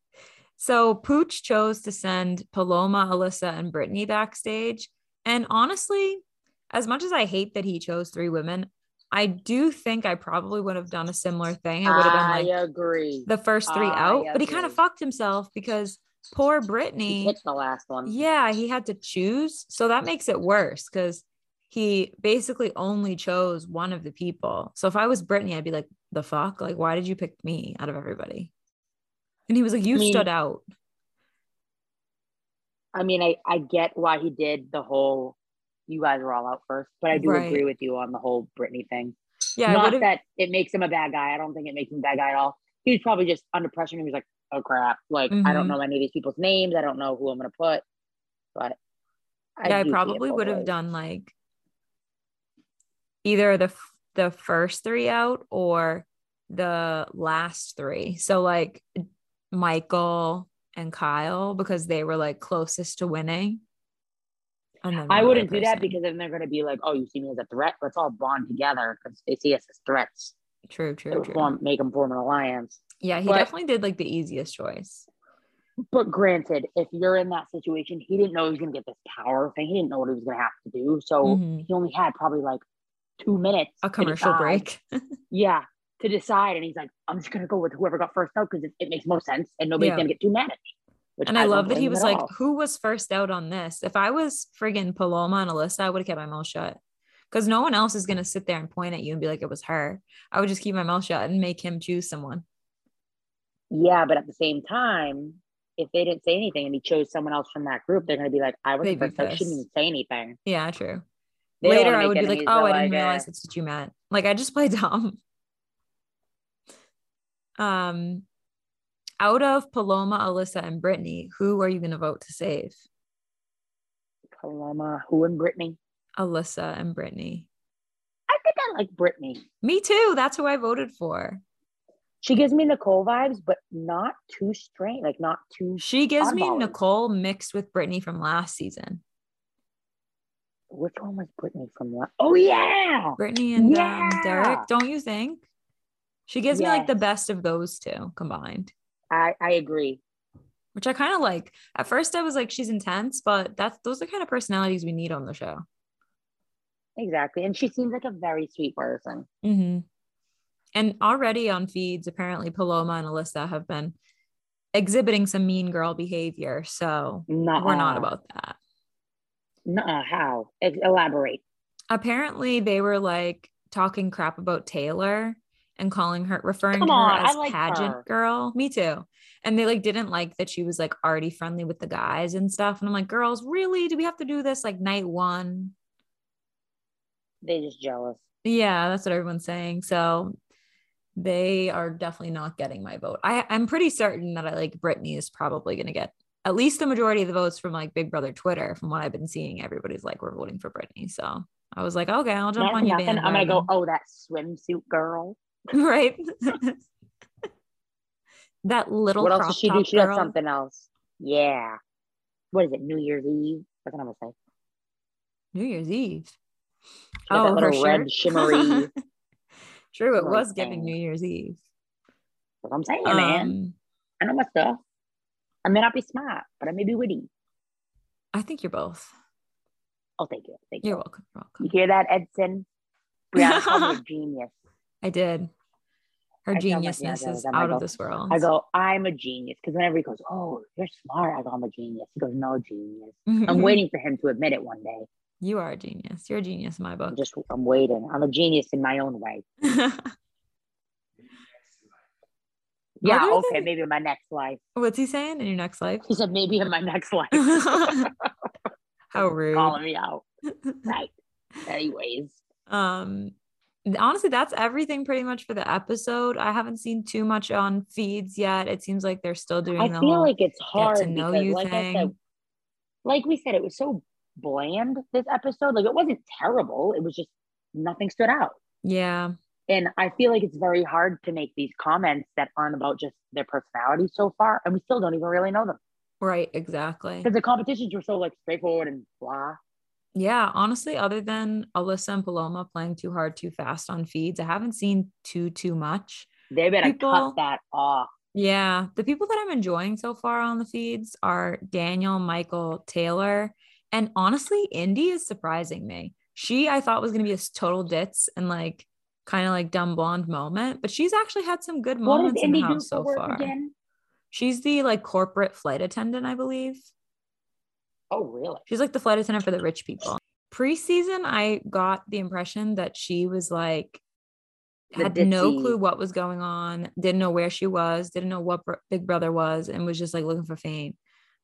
S1: so Pooch chose to send Paloma, Alyssa, and Brittany backstage. And honestly, as much as I hate that he chose three women, I do think I probably would have done a similar thing. I would have
S2: I
S1: been like
S2: agree.
S1: the first three
S2: I
S1: out, but he kind of
S2: agree.
S1: fucked himself because poor Brittany.
S2: He picked the last one.
S1: Yeah, he had to choose. So that makes it worse because he basically only chose one of the people. So if I was Brittany, I'd be like, the fuck? Like, why did you pick me out of everybody? And he was like, you
S2: I mean-
S1: stood out.
S2: I mean, I, I get why he did the whole you guys were all out first, but I do
S1: Right.
S2: agree with you on the whole Britney thing.
S1: Yeah, I
S2: Not
S1: would've-
S2: that it makes him a bad guy. I don't think it makes him a bad guy at all. He was probably just under pressure and he was like, oh crap. Like, I
S1: Mhm.
S2: don't know any of these people's names. I don't know who I'm going to put. But
S1: yeah, I
S2: do see it
S1: probably
S2: both
S1: would have
S2: ways.
S1: done like either the f- the first three out or the last three. So like Michael and Kyle because they were like closest to winning. And then one
S2: I
S1: other
S2: wouldn't do that
S1: person.
S2: because then they're going to be like, oh, you see me as a threat. Let's all bond together because they see us as threats.
S1: true,
S2: It
S1: true,
S2: would
S1: true.
S2: form, make them form an alliance.
S1: Yeah, he
S2: But-
S1: definitely did like the easiest choice.
S2: But granted, if you're in that situation, he didn't know he was going to get this power thing. He didn't know what he was going to have to do. So
S1: Mhm.
S2: he only had probably like two minutes.
S1: A
S2: to
S1: commercial
S2: decide.
S1: break.
S2: Yeah. to decide. And he's like, I'm just gonna go with whoever got first out because it, it makes most sense and nobody's
S1: Yeah.
S2: gonna get too mad at me. Which
S1: And I,
S2: don't
S1: love that
S2: blame
S1: he
S2: him
S1: was
S2: at
S1: like,
S2: all.
S1: who was first out on this? If I was friggin' Paloma and Alyssa, I would have kept my mouth shut. Because no one else is gonna sit there and point at you and be like, it was her. I would just keep my mouth shut and make him choose someone.
S2: Yeah, but at the same time, if they didn't say anything and he chose someone else from that group, they're gonna be like, I was the
S1: They'd be
S2: first out. She didn't
S1: pissed.
S2: even say anything.
S1: Yeah, true.
S2: They don't
S1: Later
S2: wanna
S1: I
S2: make
S1: would be like,
S2: enemies,
S1: oh,
S2: they're
S1: I didn't
S2: like, uh,
S1: realize that's what you meant. Like I just play dumb. Um out of Paloma, Alyssa, and Brittany, who are you gonna vote to save?
S2: Paloma, who and Brittany?
S1: Alyssa and Brittany.
S2: I think I like Brittany.
S1: Me too. That's who I voted for.
S2: She gives me Nicole vibes, but not too strange, like not too.
S1: She gives me
S2: Oddballers.
S1: Nicole mixed with Brittany from last season.
S2: Which one was Brittany from? la- Oh yeah,
S1: Brittany and um,
S2: Yeah.
S1: Derek, don't you think? She gives me like the
S2: Yes.
S1: best of those two combined,
S2: I I agree.
S1: which I kind of like. At first, I was like, she's intense, but that's those are kind of personalities we need on the show.
S2: Exactly. And she seems like a very sweet person.
S1: hmm And already on feeds, apparently Paloma and Alyssa have been exhibiting some mean girl behavior. So
S2: nuh
S1: we're not about that.
S2: nuh how? Ex- elaborate.
S1: Apparently, they were like talking crap about Taylor and calling her, referring
S2: Come
S1: to her
S2: on, I
S1: as
S2: like
S1: pageant
S2: her.
S1: girl. Me too. And they like didn't like that she was like already friendly with the guys and stuff. And I'm like, girls, really? Do we have to do this like night one?
S2: They just jealous.
S1: Yeah, that's what everyone's saying. So they are definitely not getting my vote. I, I'm pretty certain that I like Brittany is probably going to get at least the majority of the votes from like Big Brother Twitter. From what I've been seeing, everybody's like, we're voting for Brittany. So I was like, okay, I'll jump
S2: Not
S1: on
S2: for
S1: your
S2: nothing. I'm gonna go.
S1: bandwagon.
S2: Oh, that swimsuit girl.
S1: right? that little
S2: what else
S1: crop
S2: does she do?
S1: top
S2: She
S1: girl.
S2: does something else. Yeah. What is it? New Year's Eve. That's what I'm gonna say.
S1: New Year's Eve.
S2: She got
S1: Oh,
S2: that
S1: her
S2: little
S1: shirt?
S2: red shimmery.
S1: True, it
S2: Like,
S1: was giving
S2: dang.
S1: New Year's Eve.
S2: That's what I'm saying, man.
S1: Um,
S2: I know my stuff. I may not be smart, but I may be witty.
S1: I think you're both.
S2: Oh, thank you. Thank
S1: You're
S2: you.
S1: welcome. You're welcome.
S2: You hear that, Edson? Brianna called me a genius.
S1: I did. Her
S2: I tell my fiance,
S1: geniusness
S2: I
S1: is
S2: go,
S1: out
S2: Michael,
S1: of this world.
S2: I go, I'm a genius. Because whenever he goes, Oh, you're smart, I go, I'm a genius. He goes, No genius.
S1: Mm-hmm.
S2: I'm waiting for him to admit it one day.
S1: You are a genius. You're a genius in my
S2: I'm
S1: book.
S2: just I'm waiting. I'm a genius in my own way. Yeah,
S1: Other
S2: okay,
S1: than-
S2: maybe in my next life.
S1: What's he saying in your next life?
S2: He said, Maybe in my next life.
S1: How rude.
S2: Calling me out. Right. Anyways.
S1: Um th- honestly, that's everything pretty much for the episode. I haven't seen too much on feeds yet. It seems like they're still doing
S2: I
S1: the
S2: feel
S1: whole
S2: like it's hard
S1: get to know
S2: because,
S1: you
S2: like
S1: thing.
S2: I said, like we said, it was so bland this episode. Like it wasn't terrible. It was just nothing stood out.
S1: yeah.
S2: And I feel like it's very hard to make these comments that aren't about just their personality so far. And we still don't even really know them
S1: Right, exactly.
S2: because the competitions were so like straightforward and blah.
S1: Yeah, honestly, other than Alyssa and Paloma playing too hard, too fast on feeds, I haven't seen too too much.
S2: They better
S1: People-
S2: cut that off.
S1: Yeah, the people that I'm enjoying so far on the feeds are Daniel, Michael, Taylor, and honestly, Indy is surprising me. She I thought was going to be a total ditz and like kind of like dumb blonde moment, but she's actually had some good
S2: What
S1: moments
S2: does
S1: in the
S2: Indy do for
S1: house so
S2: work
S1: far.
S2: again?
S1: She's the like corporate flight attendant, I believe.
S2: Oh, really?
S1: She's like the flight attendant for the rich people. Preseason, I got the impression that she was like
S2: The
S1: had no
S2: ditzy.
S1: clue what was going on, didn't know where she was, didn't know what br- Big Brother was, and was just like looking for fame.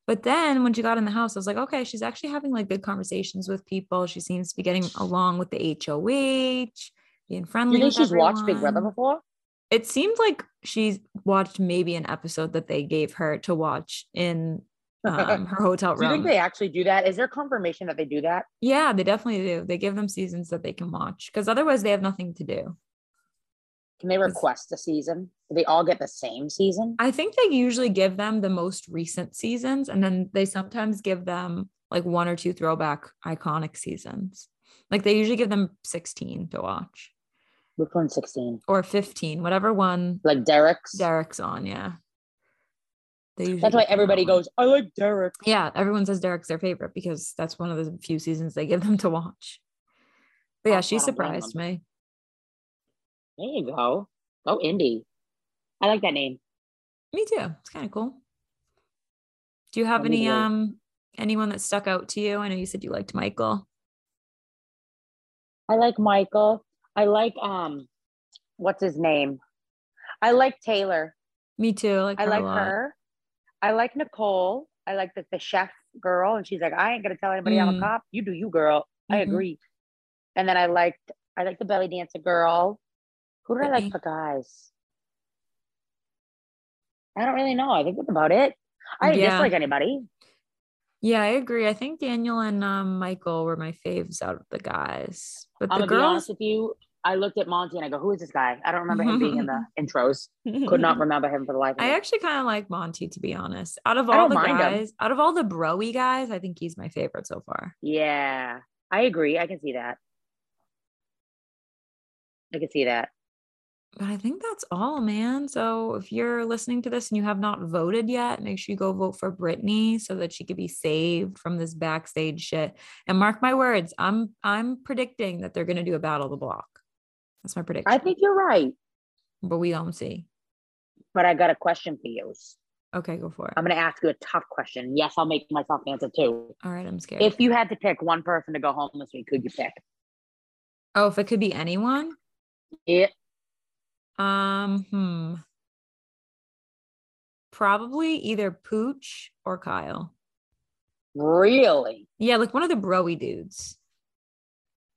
S1: But then when she got in the house, I was like, okay, she's actually having like good conversations with people. She seems to be getting along with the HOH, being
S2: Do
S1: friendly.
S2: you think
S1: with
S2: she's watched Big Brother
S1: everyone.
S2: before?
S1: It seemed like she's watched maybe an episode that they gave her to watch in um, her hotel
S2: Do you
S1: room.
S2: think they actually do that? Is there confirmation that they do that?
S1: Yeah, they definitely do. They give them seasons that they can watch because otherwise they have nothing to do.
S2: Can they
S1: It's-
S2: request a season? Do they all get the same season?
S1: I think they usually give them the most recent seasons and then they sometimes give them like one or two throwback iconic seasons. Like they usually give them 16 to watch
S2: Which one's 16?
S1: or 15, whatever one
S2: Like Derek's?
S1: Derek's on. Yeah. They usually
S2: That's why
S1: give them
S2: everybody
S1: that one.
S2: goes, I like Derek.
S1: Yeah, everyone says Derek's their favorite because that's one of the few seasons they give them to watch. But
S2: Oh,
S1: yeah,
S2: I
S1: she
S2: don't blame
S1: surprised me.
S2: There you go. Oh, Indy. I like that name.
S1: Me too. It's kind of cool. Do you have
S2: Let me
S1: any
S2: go.
S1: um anyone that stuck out to you? I know you said you liked Michael.
S2: I like Michael. I like um, what's his name? I like Taylor.
S1: Me too. I like
S2: I
S1: her. a
S2: like
S1: lot.
S2: her. I like Nicole. I like the, the chef girl, and she's like, I ain't gonna tell anybody I'm
S1: Mm.
S2: a cop. You do you, girl. I
S1: Mhm.
S2: agree. And then I liked I like the belly dancer girl. Who did I
S1: Brittany.
S2: like for guys? I don't really know. I think that's about it. I didn't
S1: Yeah.
S2: dislike anybody.
S1: Yeah, I agree. I think Daniel and um, Michael were my faves out of the guys, but
S2: I'm
S1: the
S2: gonna be honest
S1: girls
S2: with you. I looked at Monty and I go, "Who is this guy?" I don't remember him being in the intros. Could not remember him for the life of me.
S1: I actually kind of like Monty to be honest. Out of
S2: I
S1: all
S2: don't
S1: the
S2: mind him.
S1: guys, out of all the broy guys, I think he's my favorite so far.
S2: yeah, I agree. I can see that. I can see that.
S1: But I think that's all, man. So if you're listening to this and you have not voted yet, make sure you go vote for Brittany so that she could be saved from this backstage shit. And mark my words, I'm I'm predicting that they're gonna do a battle of the block. That's my prediction.
S2: I think you're right.
S1: but we don't see.
S2: but I got a question for you.
S1: Okay, go for it.
S2: I'm going to ask you a tough question. Yes, I'll make myself answer too.
S1: all right, I'm scared.
S2: If you had to pick one person to go home this week, who'd you pick?
S1: oh, if it could be anyone,
S2: Yeah.
S1: um, hmm. Probably either Pooch or Kyle.
S2: Really?
S1: Yeah, like one of the broy dudes.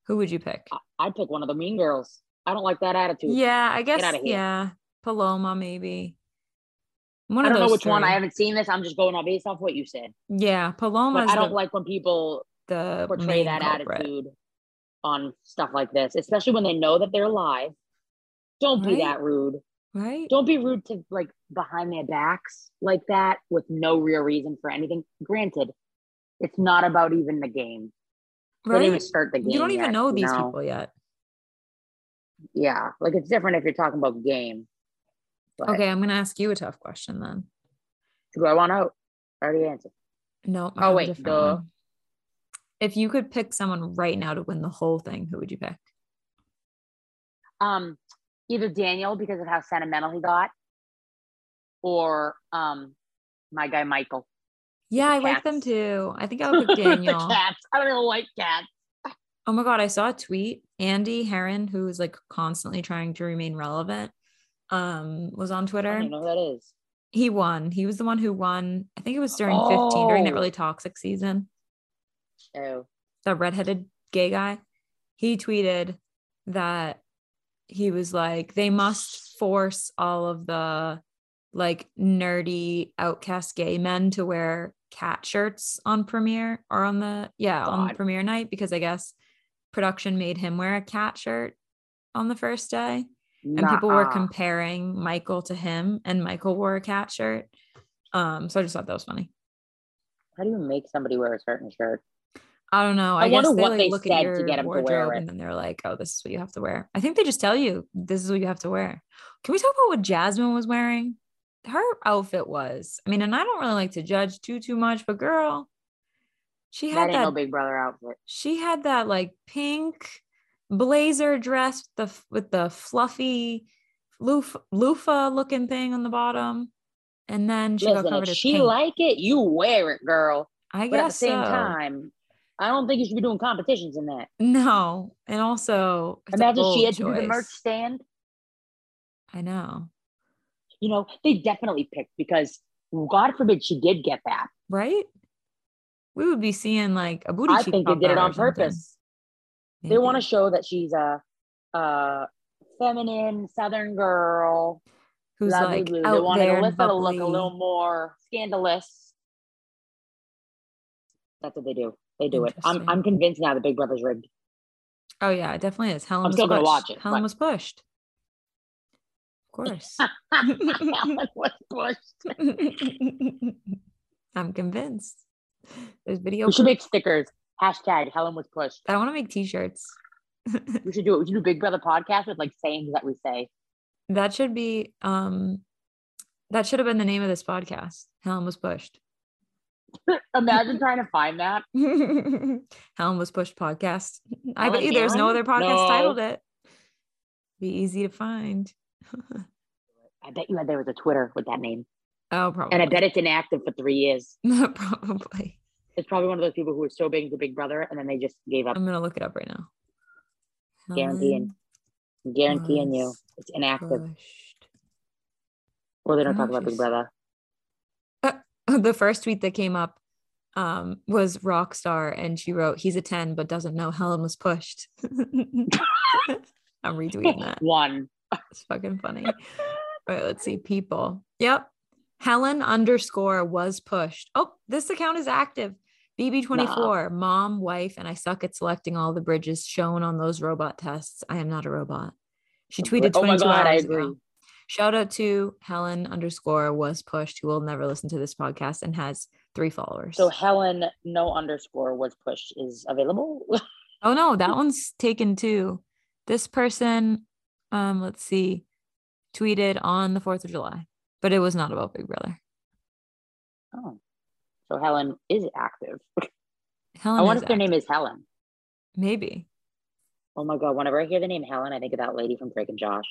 S1: Who would you pick?
S2: I- I'd pick one of the mean girls. I don't like that attitude.
S1: Yeah, I guess.
S2: outta here.
S1: Yeah, Paloma maybe. One
S2: I
S1: of
S2: don't know
S1: those
S2: which one. I
S1: three.
S2: haven't seen this. I'm just going on based off what you said.
S1: Yeah, Paloma.
S2: But I don't
S1: the,
S2: like when people
S1: the
S2: portray
S1: main
S2: that
S1: culprit.
S2: attitude on stuff like this, especially when they know that they're alive. Don't be
S1: Right.
S2: that rude.
S1: right?
S2: Don't be rude to like behind their backs like that with no real reason for anything. Granted, it's not about even the game. They didn't even
S1: right?
S2: start the game.
S1: You don't even
S2: yet,
S1: know
S2: you
S1: these people yet.
S2: Yeah, like it's different if you're talking about game. But
S1: Okay, I'm gonna ask you a tough question then.
S2: do I want out? I already answered.
S1: No, I
S2: Oh,
S1: have a
S2: wait,
S1: different
S2: duh.
S1: one. If you could pick someone right now to win the whole thing, who would you pick?
S2: Um, either Daniel because of how sentimental he got, or um, my guy Michael.
S1: Yeah, I like them
S2: cats.
S1: too. I think I'll pick
S2: the
S1: Oh, Daniel.
S2: cats. I don't even like cats.
S1: Oh my god, I saw a tweet. Andy Heron, who is like constantly trying to remain relevant, um, was on
S2: I
S1: Twitter.
S2: don't even know who that is.
S1: He won. He was the one who won. I think it was during 15, during that
S2: Oh.
S1: really toxic season.
S2: Oh,
S1: The redheaded gay guy. He tweeted that he was like, they must force all of the like nerdy outcast gay men to wear cat shirts on premiere or on the yeah, on
S2: God.
S1: premiere night because I guess production made him wear a cat shirt on the first day and people were
S2: nuh-uh.
S1: comparing Michael to him, and Michael wore a cat shirt. Um, so I just thought that was funny.
S2: how do you make somebody wear a certain shirt?
S1: I don't know. I,
S2: I
S1: guess
S2: wonder
S1: they,
S2: what
S1: like,
S2: they
S1: look
S2: said
S1: at
S2: to
S1: your
S2: get 'em to wear
S1: wardrobe,
S2: it.
S1: and then they're like, "Oh, this is what you have to wear." I think they just tell you this is what you have to wear. Can we talk about what Jasmine was wearing? Her outfit was. I mean, and I don't really like to judge too too much, but girl, she
S2: That
S1: had
S2: ain't
S1: that.
S2: no Big Brother outfit.
S1: she had that like pink blazer dress with the with the fluffy loof, loofah looking thing on the bottom, and then she got
S2: Listen,
S1: covered
S2: if
S1: in
S2: she
S1: pink.
S2: like it, you wear it, girl.
S1: I
S2: But
S1: guess
S2: at the same
S1: so.
S2: time, I don't think you should be doing competitions in that.
S1: no, and also it's a
S2: Imagine she
S1: bold
S2: had to do the merch
S1: choice.
S2: stand.
S1: I know,
S2: You know, they definitely picked because God forbid she did get that.
S1: right? We would be seeing like a booty.
S2: I
S1: cheek
S2: think they
S1: pop
S2: did it
S1: out or
S2: on
S1: something.
S2: purpose. They want to
S1: Maybe.
S2: show that she's a, a feminine Southern girl.
S1: who's
S2: blah, blah,
S1: like
S2: blah. They
S1: out
S2: wanted
S1: there and
S2: Alyssa to look
S1: bubbly.
S2: a little more scandalous. That's what they do. They do it. I'm,
S1: Interesting.
S2: I'm convinced now that Big Brother's rigged.
S1: Oh yeah, it definitely is. Helen
S2: I'm
S1: was
S2: still gonna
S1: pushed.
S2: watch it,
S1: Helen
S2: but-
S1: was pushed. Of course.
S2: Alan was pushed.
S1: I'm convinced. There's video.
S2: We should make stickers. Hashtag Helen was pushed.
S1: I want to make t-shirts.
S2: We should do it. We should do Big Brother podcast with like sayings that we say.
S1: That should be um that should have been the name of this podcast. Helen was pushed.
S2: Imagine trying to find that.
S1: Helen was pushed podcast. I bet
S2: Helen
S1: you there's no
S2: Mirren?
S1: other podcast
S2: No.
S1: titled it. Be easy to find.
S2: I bet you had there was a Twitter with that name.
S1: oh, probably.
S2: And I bet it's inactive for three years.
S1: probably.
S2: It's probably one of those people who was so big into Big Brother and then they just gave up.
S1: I'm gonna look it up right now.
S2: Guaranteeing.
S1: Um,
S2: I'm guaranteeing you
S1: was
S2: it's inactive.
S1: Helen pushed.
S2: Well, they don't talk about
S1: Pushed.
S2: Big Brother.
S1: The first tweet that came up um, was Rockstar, and she wrote, "He's a ten, but doesn't know Helen was pushed." I'm retweeting that.
S2: One.
S1: It's fucking funny. All right, let's see. People. Yep. Helen underscore was pushed. Oh, this account is active. BB24, mom, wife, and I suck at selecting all the bridges shown on those robot tests. I am not a robot. She tweeted 22
S2: Oh my God, I
S1: hours ago.
S2: agree.
S1: Shout out to Helen underscore was pushed, who will never listen to this podcast and has three followers.
S2: So Helen, no underscore was pushed is available.
S1: Oh no, that one's taken too. This person, um, let's see, tweeted on the Fourth of July, but it was not about Big Brother.
S2: oh. So Helen is active.
S1: Helen,
S2: I wonder
S1: is
S2: if their
S1: act-
S2: name is Helen.
S1: maybe.
S2: Oh my God. Whenever I hear the name Helen, I think of that lady from Drake and Josh.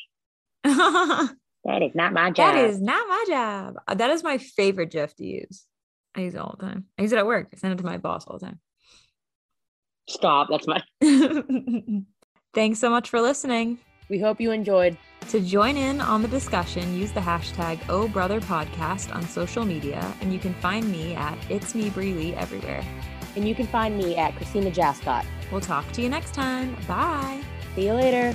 S1: that
S2: That is not my job.
S1: is not my job. Uh, That is my favorite GIF to use. I use it all the time. I use it at work. I send it to my boss all the time.
S2: Stop. That's my.
S1: Thanks so much for listening.
S2: We hope you enjoyed.
S1: To join in on the discussion, use the hashtag OhBrotherPodcast on social media, and you can find me at It's Me Bree Lee everywhere.
S3: And you can find me at Christina Jascott.
S1: We'll talk to you next time. Bye.
S3: See you later.